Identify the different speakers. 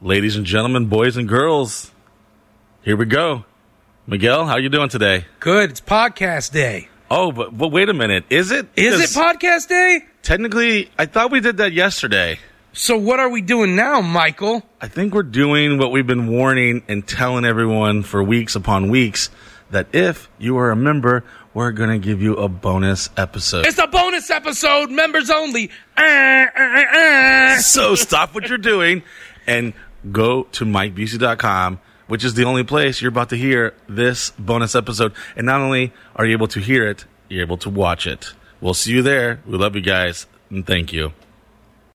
Speaker 1: Ladies and gentlemen, boys and girls, here we go. Miguel, how you doing today?
Speaker 2: Good. It's podcast day.
Speaker 1: Oh, but, but wait a minute. Is it?
Speaker 2: Is it
Speaker 1: Because
Speaker 2: podcast day?
Speaker 1: technically, I thought we did that yesterday.
Speaker 2: So what are we doing now, Michael?
Speaker 1: I think we're doing what we've been warning and telling everyone for weeks upon weeks that if you are a member, we're going to give you a bonus episode.
Speaker 2: It's a bonus episode, members only. Uh, uh, uh.
Speaker 1: so stop what you're doing and go to mikebusey.com which is the only place you're about to hear this bonus episode and not only are you able to hear it you're able to watch it we'll see you there we love you guys and thank you